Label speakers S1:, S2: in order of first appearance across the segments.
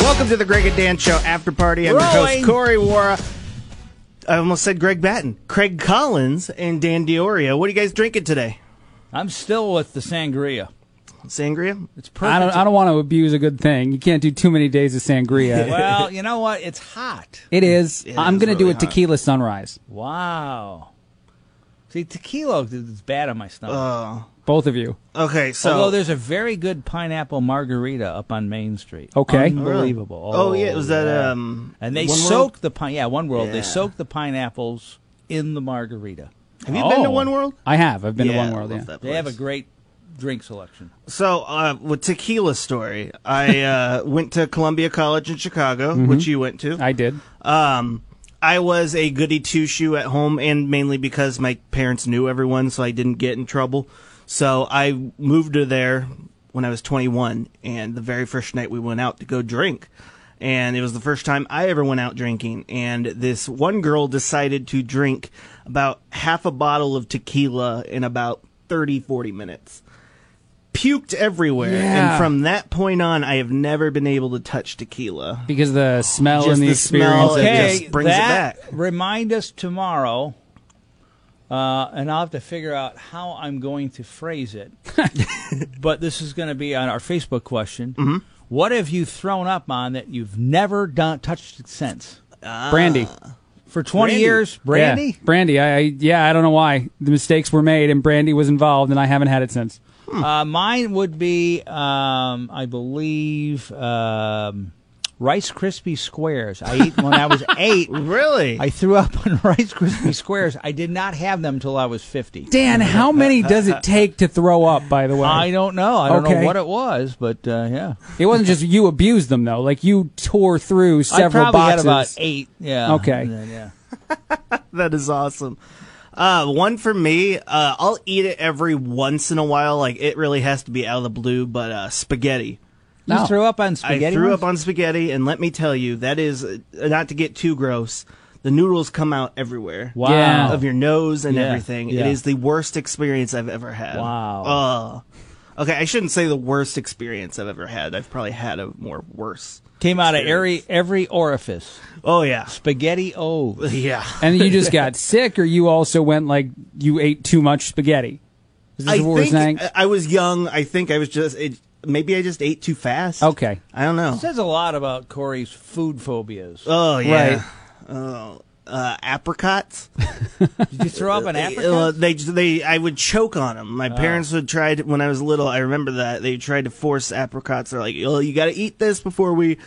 S1: Welcome to the Greg and Dan Show After Party. I'm your
S2: Rolling.
S1: host, Corey Wara. I almost said Greg Batten, Craig Collins, and Dan Diorio. What are you guys drinking today?
S2: I'm still with the sangria.
S1: Sangria?
S2: It's perfect.
S3: I don't, I don't want to abuse a good thing. You can't do too many days of sangria.
S2: well, you know what? It's hot.
S3: It is. I'm
S1: is
S3: going to do
S1: really
S3: a tequila sunrise.
S2: Wow. See, tequila is bad on my stomach.
S3: Both of you.
S1: Okay, Uh, so.
S2: Although there's a very good pineapple margarita up on Main Street.
S3: Okay.
S2: Unbelievable.
S1: Oh, yeah, was that,
S2: yeah.
S1: um,
S2: And they
S1: One World?
S2: soak the pine. Yeah, One World.
S1: Yeah.
S2: They soak the pineapples in the margarita.
S1: have you been to
S3: Oh.
S1: One World?
S3: I have. I've been to One
S1: I
S3: World.
S1: love
S3: Yeah.
S1: that
S2: They have a
S1: place.
S2: great drink selection.
S1: So, uh, with tequila story, I uh, went to Columbia College in Chicago,
S3: Mm-hmm.
S1: which you went to.
S3: I did.
S1: Um, I was a goody two shoe at home, and mainly because my parents knew everyone, so I didn't get in trouble. So I moved to there when I was 21, and the very first night we went out to go drink. And it was the first time I ever went out drinking. And this one girl decided to drink about half a bottle of tequila in about 30, 40 minutes. Puked everywhere.
S3: Yeah.
S1: And from that point on, I have never been able to touch tequila.
S3: Because the smell
S1: Just
S3: and the,
S1: the
S3: experience.
S1: smell
S3: of
S1: and
S3: it.
S1: just brings it
S2: that
S1: back.
S2: Remind us tomorrow, uh, and I'll have to figure out how I'm going to phrase it. but this is going to be on our Facebook question.
S1: Mm-hmm.
S2: What have you thrown up on that you've never done touched since?
S3: brandy.
S2: For 20
S1: Brandy.
S2: years, brandy.
S3: Yeah. Brandy. I, I yeah. I don't know why the mistakes were made and brandy was involved and I haven't had it since.
S1: Hmm.
S2: Uh, mine would be, um, I believe, um, Rice Krispie Squares. I ate when I was eight.
S1: Really?
S2: I threw up on Rice Krispie Squares. I did not have them till I was 50.
S3: Dan, how many does it take to throw up? By the way,
S2: I don't know. I don't know
S3: Okay.
S2: what it was, but uh, yeah.
S3: it wasn't just you abused them though. Like you tore through several
S2: I probably
S3: boxes.
S2: had about eight. Yeah.
S3: Okay.
S2: and then, yeah.
S1: That is awesome. Uh, one for me, uh, I'll eat it every once in a while. Like, it really has to be out of the blue, but uh, spaghetti.
S2: You
S3: No.
S2: threw up on spaghetti.
S1: I threw
S2: once?
S1: up on spaghetti, and let me tell you, that is, uh, not to get too gross, the noodles come out everywhere.
S2: Wow.
S3: Yeah.
S1: Of your nose and
S2: Yeah,
S1: everything.
S2: yeah.
S1: It is the worst experience I've ever had.
S2: Wow.
S1: Uh, okay, I shouldn't say the worst experience I've ever had. I've probably had a more worse.
S2: Came out of every
S1: Experience.
S2: every orifice.
S1: Oh, yeah.
S2: Spaghetti. Oh.
S1: Yeah.
S3: And you just got sick, or you also went like you ate too much spaghetti. Is this
S1: I
S3: what
S1: think uh,
S3: we're saying?
S1: I- I was young. I think I was just it, maybe I just ate too fast.
S3: Okay.
S1: I don't know.
S2: Says a lot about Corey's food phobias.
S1: Oh
S3: Right.
S1: yeah. Oh, uh, apricots.
S2: Did you throw up an
S1: Uh,
S2: apricot?
S1: they they I would choke on them.
S3: Oh.
S1: My parents would try to when I was little. I remember that they tried to force apricots. They're like, oh, you got to eat this before we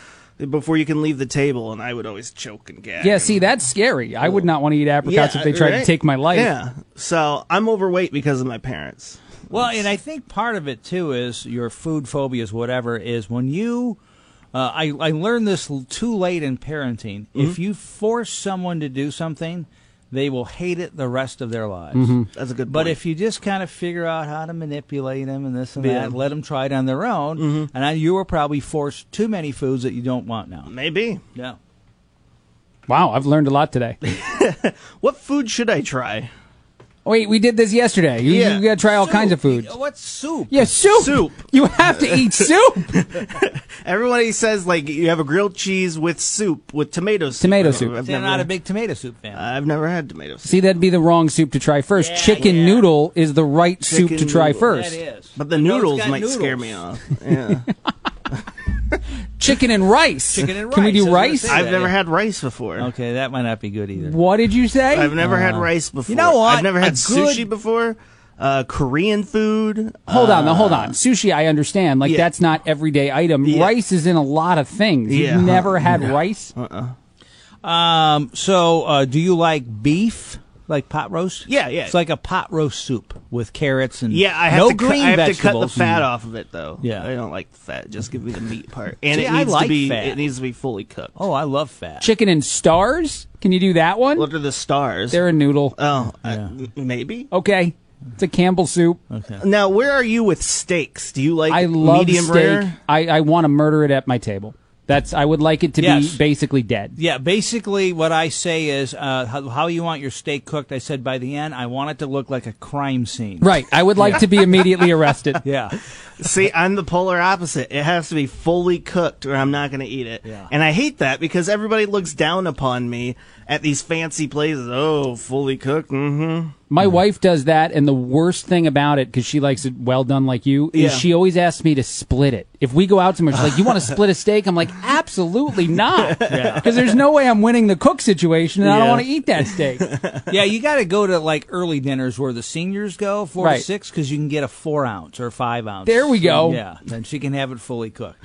S1: before you can leave the table. And I would always choke and gag.
S3: yeah,
S1: and-
S3: see, that's scary. I would not want to eat apricots
S1: Yeah,
S3: if they tried
S1: right?
S3: to take my life.
S1: Yeah. So I'm overweight because of my parents.
S2: Well, and I think part of it too is your food phobias, whatever, is when you. Uh, I I learned this l- too late in parenting.
S1: Mm-hmm.
S2: If you force someone to do something, they will hate it the rest of their lives.
S1: That's a good.
S2: But
S1: point.
S2: if you just kind of figure out how to manipulate them and this and
S1: Yeah. Mm-hmm.
S2: that, let them try it on their own, and I, you were probably forced too many foods that you don't want now.
S1: maybe
S2: Yeah.
S3: Wow, I've learned a lot today.
S1: what food should I try?
S3: Wait, we did this yesterday. You,
S1: Yeah.
S3: you got to try all kinds of food.
S2: What soup?
S3: Yeah, soup.
S1: Soup.
S3: You have to eat soup.
S1: Everybody says like you have a grilled cheese with soup with tomato soup.
S3: Tomato soup.
S1: I've
S2: I'm
S1: never, Uh,
S2: not a big tomato soup fan.
S1: I've never had tomato soup.
S3: see, that'd be the wrong soup to try first.
S2: Yeah,
S3: Chicken
S2: yeah.
S3: noodle is the right soup to
S1: Chicken
S3: try
S1: noodle.
S3: first.
S2: That is.
S1: But the
S2: I know it's
S1: noodles
S2: got
S1: might scare me
S2: noodles.
S1: off. Yeah.
S3: Chicken and rice.
S2: Chicken and
S3: Can
S2: rice, I
S3: we do
S2: was gonna
S3: rice?
S2: say.
S1: I've
S2: Yeah,
S1: never
S2: yeah.
S1: had rice before.
S2: Okay, that might not be good either.
S3: What did you say?
S1: I've never had rice before.
S2: know what?
S1: I've never
S2: A
S1: had
S2: good-
S1: sushi before. Uh, Korean food. Uh,
S3: Hold on, now, hold on. Sushi, I understand. Like
S1: yeah.
S3: that's not everyday item.
S1: Yeah.
S3: Rice is in a lot of things.
S1: Yeah. Uh,
S3: You've never had rice?
S2: Um, so, uh, do you like beef? Like pot roast?
S1: Yeah, yeah.
S2: It's like a pot roast soup with carrots and
S1: Yeah, I have
S2: no
S1: to. cut-
S2: green
S1: I have to cut the
S2: vegetables Mm.
S1: fat
S2: and-
S1: off of it though.
S2: Yeah.
S1: I don't like the fat. Just give me the meat part. And
S2: See,
S1: it
S2: I
S1: needs to
S2: like
S1: be.
S2: fat.
S1: It needs to be fully cooked.
S2: Oh, I love fat.
S3: Chicken and stars? Can you do that one?
S1: What are the stars?
S3: They're a noodle.
S1: oh, I- m- maybe.
S3: okay. It's a Campbell soup.
S1: Now, where are you with steaks? Do you like
S3: I love
S1: medium
S3: steak.
S1: rare?
S3: I, I want to murder it at my table. That's I would like it to
S2: Yes.
S3: be basically dead.
S2: Yeah, basically what I say is uh, how, how you want your steak cooked. I said by the end, I want it to look like a crime scene.
S3: Right. I would like to be immediately arrested.
S2: Yeah.
S1: See, I'm the polar opposite. It has to be fully cooked or I'm not going to eat it.
S2: Yeah.
S1: And I hate that because everybody looks down upon me at these fancy places. Oh, fully cooked. Mm-hmm.
S3: My wife does that, and the worst thing about it, because she likes it well done like you, is
S1: Yeah.
S3: she always asks me to split it. If we go out somewhere, she's like, "You want to split a steak?" I'm like, "Absolutely not," because there's no way I'm winning the cook situation, and I don't
S1: Yeah.
S3: want to eat that steak.
S2: yeah, you got to go to like early dinners where the seniors go four
S3: Right.
S2: to six because you can get a four ounce or five ounce.
S3: There we go.
S2: Yeah, then she can have it fully cooked.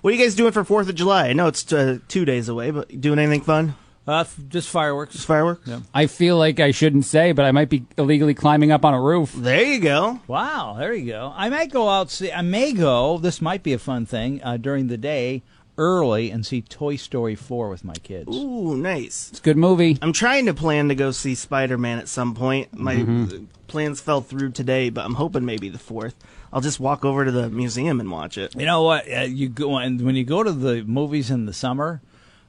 S1: What are you guys doing for 4th of July? I know it's uh, two days away, but doing anything fun?
S2: Uh, f- just fireworks.
S1: Just fireworks?
S3: I feel like I shouldn't say, but I might be illegally climbing up on a roof.
S1: There you go.
S2: Wow, there you go. I might go out. See, I may go. This might be a fun thing uh, during the day, early, and see Toy Story four with my kids.
S1: Ooh, nice.
S3: It's a good movie.
S1: I'm trying to plan to go see Spider Man at some point. My plans fell through today, but I'm hoping maybe the 4th. I'll just walk over to the museum and watch it.
S2: You know what? Uh, you go and when you go to the movies in the summer,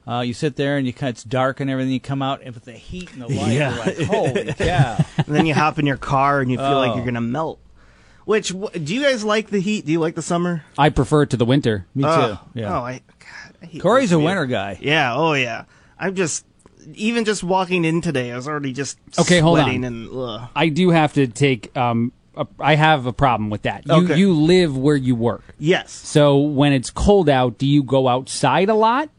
S2: uh, you sit there and you kind it's dark and everything. You come out and with the heat and the light,
S1: Yeah.
S2: you're like, holy cow!
S1: and then you hop in your car and you feel like
S2: Oh.
S1: you're gonna melt. Which wh- do you guys like the heat? Do you like the summer?
S3: I prefer it to the winter.
S2: Me too.
S1: Ugh.
S2: yeah.
S1: Oh, I, God, I hate
S2: Corey's
S1: this
S2: a
S1: view.
S2: winter guy.
S1: Yeah. Oh yeah. I'm just even just walking in today. I was already just
S3: Okay, hold on.
S1: sweating and ugh.
S3: I do have to take. Um, a, I have a problem with that. You
S1: Okay.
S3: you live where you work,
S1: yes.
S3: so when it's cold out, do you go outside a lot?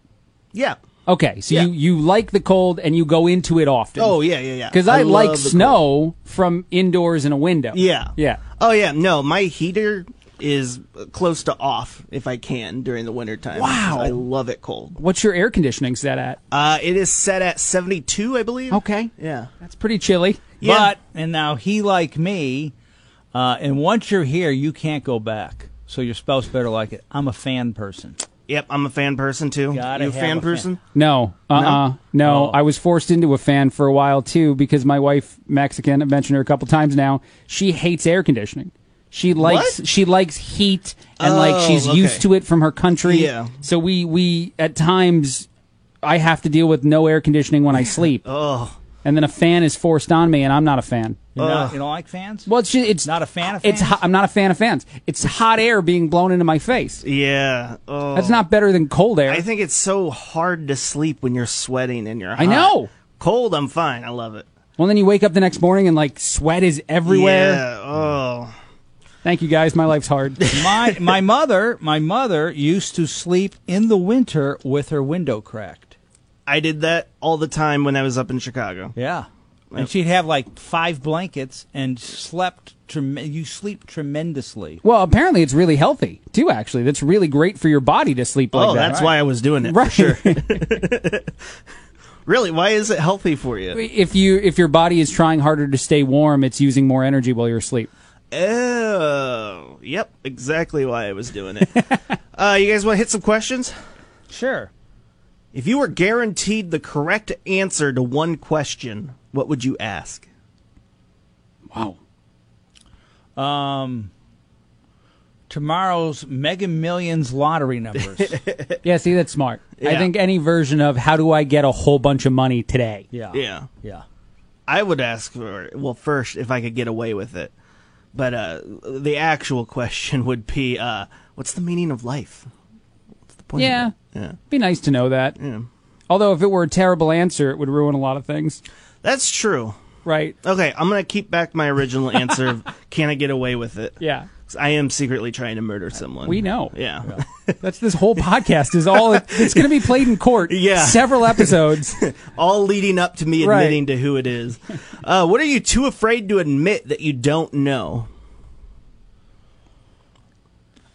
S1: Yeah.
S3: Okay, so
S1: Yeah.
S3: you you like the cold and you go into it often.
S1: Oh yeah yeah yeah.
S3: Because I, like
S1: love the
S3: snow
S1: cold.
S3: from indoors in a window.
S1: Yeah.
S3: Yeah.
S1: Oh yeah. No, my heater is close to off if I can during the winter time.
S3: Wow.
S1: I love it cold.
S3: What's your air conditioning set at?
S1: Uh, it is set at 72, I believe.
S3: Okay.
S1: Yeah.
S3: That's pretty chilly.
S1: Yeah.
S2: But and now he like me, uh, and once you're here, you can't go back. So your spouse better like it. I'm a fan person.
S1: Yep, I'm a fan person too.
S2: Gotta
S1: you a
S2: have
S1: fan
S2: a fan.
S1: person?
S3: No. Uh uh No.
S1: Oh.
S3: I was forced into a fan for a while too because my wife, Mexican, I've mentioned her a couple times now, she hates air conditioning. She likes she likes heat and like
S1: Oh,
S3: she's
S1: okay.
S3: used to it from her country.
S1: Yeah.
S3: So we we at times I have to deal with no air conditioning when I sleep.
S1: Oh,
S3: And then a fan is forced on me and I'm not a fan.
S2: You're
S1: Ugh.
S2: not, you don't like fans?
S3: Uh, Well, it's just, it's
S2: Not a fan of
S3: It's
S2: fans?
S3: hot, I'm not a fan of fans. It's hot air being blown into my face.
S1: yeah. Oh.
S3: That's not better than cold air.
S1: I think it's so hard to sleep when you're sweating and you're hot.
S3: I know.
S1: Cold, I'm fine. I love it.
S3: well, then you wake up the next morning and like sweat is everywhere.
S1: Yeah. Oh.
S3: Thank you guys. My life's hard.
S2: my my mother my mother used to sleep in the winter with her window cracked.
S1: I did that all the time when I was up in Chicago.
S2: Yeah. And she'd have like five blankets and slept. Trem- you sleep tremendously.
S3: well, apparently it's really healthy too. Actually, that's really great for your body to sleep like
S1: oh,
S3: that.
S1: that's why I was doing it.
S3: Right.
S1: For sure. really, why is it healthy for you?
S3: If you if your body is trying harder to stay warm, it's using more energy while you're asleep.
S1: Oh. Yep, exactly why I was doing it. uh, you guys want to hit some questions?
S2: Sure.
S1: If you were guaranteed the correct answer to one question, what would you ask?
S3: Wow.
S2: Tomorrow's Mega Millions lottery numbers.
S3: Yeah. See, that's smart. I
S1: Yeah.
S3: think any version of how do I get a whole bunch of money today?
S2: yeah.
S1: Yeah.
S2: Yeah.
S1: I would ask for well first if I could get away with it, but uh, the actual question would be uh, what's the meaning of life? What's the point?
S3: Yeah.
S1: Of it? Yeah.
S3: Be nice to know that.
S1: Yeah.
S3: Although if it were a terrible answer, it would ruin a lot of things.
S1: That's true.
S3: Right.
S1: Okay, I'm gonna keep back my original answer. of, Can I get away with it?
S3: Yeah.
S1: 'Cause I am secretly trying to murder someone.
S3: We know.
S1: Yeah.
S3: That's this whole podcast is all it's going to be played in court.
S1: Yeah.
S3: Several episodes.
S1: All leading up to me
S3: Right.
S1: admitting to who it is. Uh, what are you too afraid to admit that you don't know?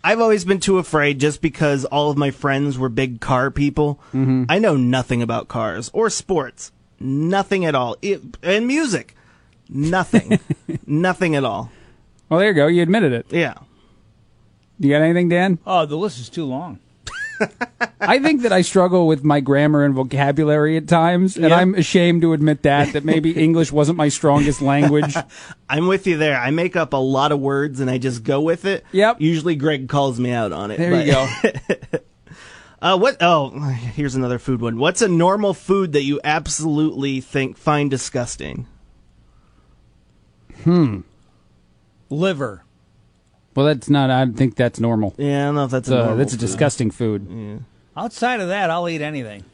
S1: I've always been too afraid just because all of my friends were big car people.
S3: Mm-hmm.
S1: I know nothing about cars or sports. Nothing at all. It, and music. Nothing. nothing at all.
S3: well, there you go. You admitted it.
S1: Yeah.
S3: You got anything, Dan?
S2: Oh, the list is too long.
S3: I think that I struggle with my grammar and vocabulary at times, and
S1: Yeah.
S3: I'm ashamed to admit that that maybe English wasn't my strongest language.
S1: I'm with you there. I make up a lot of words and I just go with it.
S3: Yep.
S1: Usually Greg calls me out on it.
S3: There
S1: but-
S3: you go.
S1: Uh, what? Oh, here's another food one. What's a normal food that you absolutely think find disgusting?
S2: Liver.
S3: Well, that's not. I think that's normal.
S1: Yeah, I don't know if that's a
S3: Uh,
S1: normal
S3: that's a
S1: food.
S3: disgusting food.
S2: Outside of that, I'll eat anything.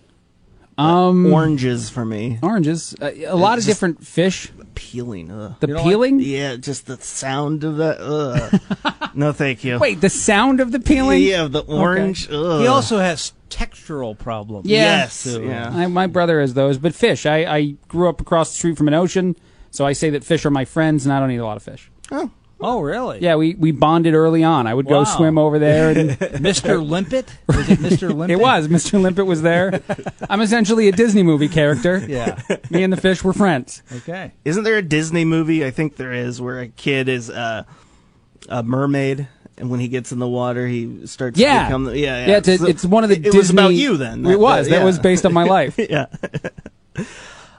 S3: Um,
S1: Oranges for me,
S3: oranges. Uh, a lot of different fish.
S1: peeling. Ugh.
S3: The
S2: You don't like-
S3: peeling.
S1: yeah, just the sound of that. Ugh. no, thank you.
S3: Wait, the sound of the peeling.
S1: yeah, the orange. Ugh.
S2: He also has textural problems.
S3: Yeah.
S1: yes,
S2: Too.
S1: yeah.
S3: I, my brother has those, but fish. I, I grew up across the street from an ocean, so I say that fish are my friends, and I don't eat a lot of fish.
S2: Oh, really?
S3: Yeah, we, we bonded early on. I would
S2: Wow.
S3: go swim over there, and
S2: Mr. Limpet? Was it Mr. Limpet?
S3: it was Mr. Limpet was there. I'm essentially a Disney movie character.
S2: Yeah.
S3: me and the fish were friends.
S2: Okay.
S1: Isn't there a Disney movie? I think there is, where a kid is uh, a mermaid, and when he gets in the water, he starts.
S3: Yeah.
S1: to become the, yeah, yeah.
S3: it's, a-
S1: So
S3: it's one of the
S1: It
S3: Disney.
S1: was about you then.
S3: it was. That
S1: yeah.
S3: was based on my life.
S1: yeah.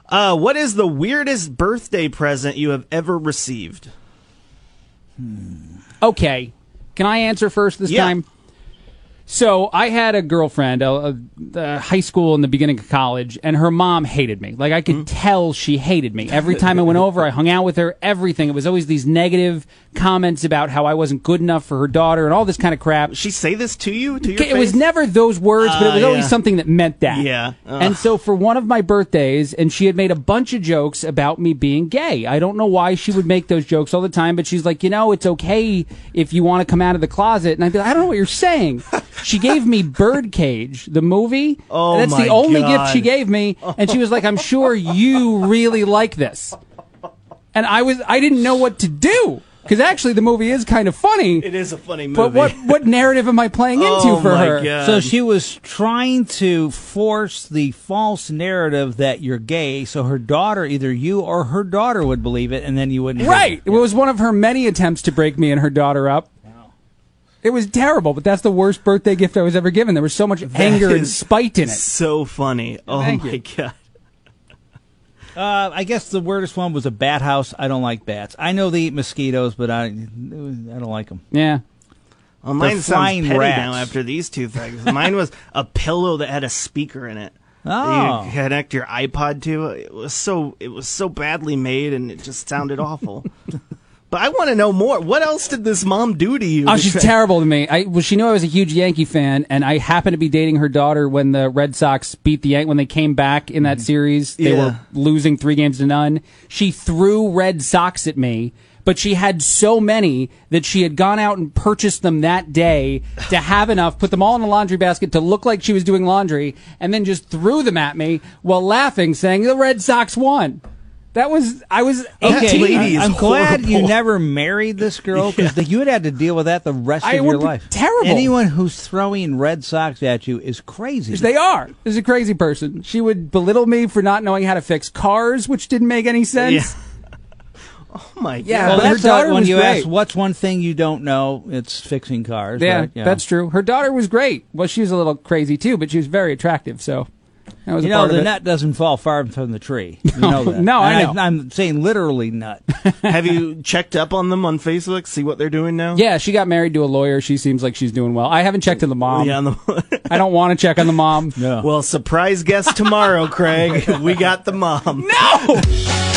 S1: uh, what is the weirdest birthday present you have ever received?
S3: okay. Can I answer first this
S1: Yeah.
S3: time? So I had a girlfriend, a, a, a high school in the beginning of college, and her mom hated me. Like I could tell she hated me. Every time I went over, I hung out with her. Everything. It was always these negative comments about how I wasn't good enough for her daughter and all this kind of crap.
S1: She say this to you to your
S3: It was
S1: face?
S3: never those words, but it
S1: Ah,
S3: was always
S1: yeah.
S3: something that meant that.
S1: Yeah. uh. Ugh.
S3: And so for one of my birthdays, and she had made a bunch of jokes about me being gay. I don't know why she would make those jokes all the time, but she's like, you know, it's okay if you want to come out of the closet. And I'd be like, I don't know what you're saying. she gave me Birdcage, the movie.
S1: Oh,
S3: That's
S1: my
S3: the only gift she
S1: God.
S3: gave me. And she was like, I'm sure you really like this. And I was, I didn't know what to do. Because actually, the movie is kind of funny.
S1: It is a funny movie.
S3: But what what narrative am I playing into
S1: Oh
S3: for
S1: my
S3: her?
S1: God.
S2: So
S1: Um,
S2: she was trying to force the false narrative that you're gay, so her daughter, either you or her daughter, would believe it, and then you wouldn't. have
S3: Right.
S2: it.
S3: It was one of her many attempts to break me and her daughter up. It was terrible, but that's the worst birthday gift I was ever given. There was so much anger and
S1: is
S3: spite in it.
S1: so funny. Oh
S3: Thank
S1: my
S3: you.
S1: god.
S2: Uh, I guess the weirdest one was a bat house. I don't like bats. I know they eat mosquitoes, but I I don't like them.
S3: Yeah.
S1: Well, mine
S2: flying
S1: sounds petty
S2: rats.
S1: now after these two things. Mine was a pillow that had a speaker in it.
S2: Oh.
S1: That you connect your iPod to. It was so it was so badly made and it just sounded awful. But I want to know more. What else did this mom do to you?
S3: Oh,
S1: to
S3: she's
S1: try-
S3: terrible to me. I well, she knew I was a huge Yankee fan, and I happened to be dating her daughter when the Red Sox beat the Yan- when they came back in that series. They
S1: Mm. Yeah.
S3: were losing three games to none. She threw Red Sox at me, but she had so many that she had gone out and purchased them that day to have enough, put them all in a laundry basket to look like she was doing laundry, and then just threw them at me while laughing, saying the Red Sox won. That was I was
S1: That
S3: eighteen.
S1: lady is
S2: I'm glad you
S1: horrible.
S2: never married this girl because you would have to deal with that the rest
S3: I
S2: of
S3: would
S2: your
S3: be
S2: life.
S3: terrible.
S2: Anyone who's throwing red socks at you is crazy.
S3: They are. This is a crazy person. She would belittle me for not knowing how to fix cars, which didn't make any
S1: Yeah.
S3: sense.
S1: Oh my god.
S3: Yeah,
S2: well,
S3: but her
S2: that's how-
S3: daughter
S2: when
S3: was
S2: you
S3: great.
S2: ask what's one thing you don't know, it's fixing cars.
S3: Yeah,
S2: right? Yeah.
S3: that's true. Her daughter was great. Well, she was a little crazy too, but she was very attractive. So that was
S2: You
S3: a
S2: know
S3: part
S2: the
S3: of it.
S2: nut doesn't fall far from the tree. You know that.
S3: no, I
S2: And
S3: know.
S2: I'm saying literally nut.
S1: Have you checked up on them on Facebook? See what they're doing now?
S3: yeah, she got married to a lawyer. She seems like she's doing well. I haven't checked on the mom.
S1: Yeah, on the-
S3: I don't want to check on the mom.
S2: No.
S1: well, surprise guest tomorrow, Craig. We got the mom.
S3: No!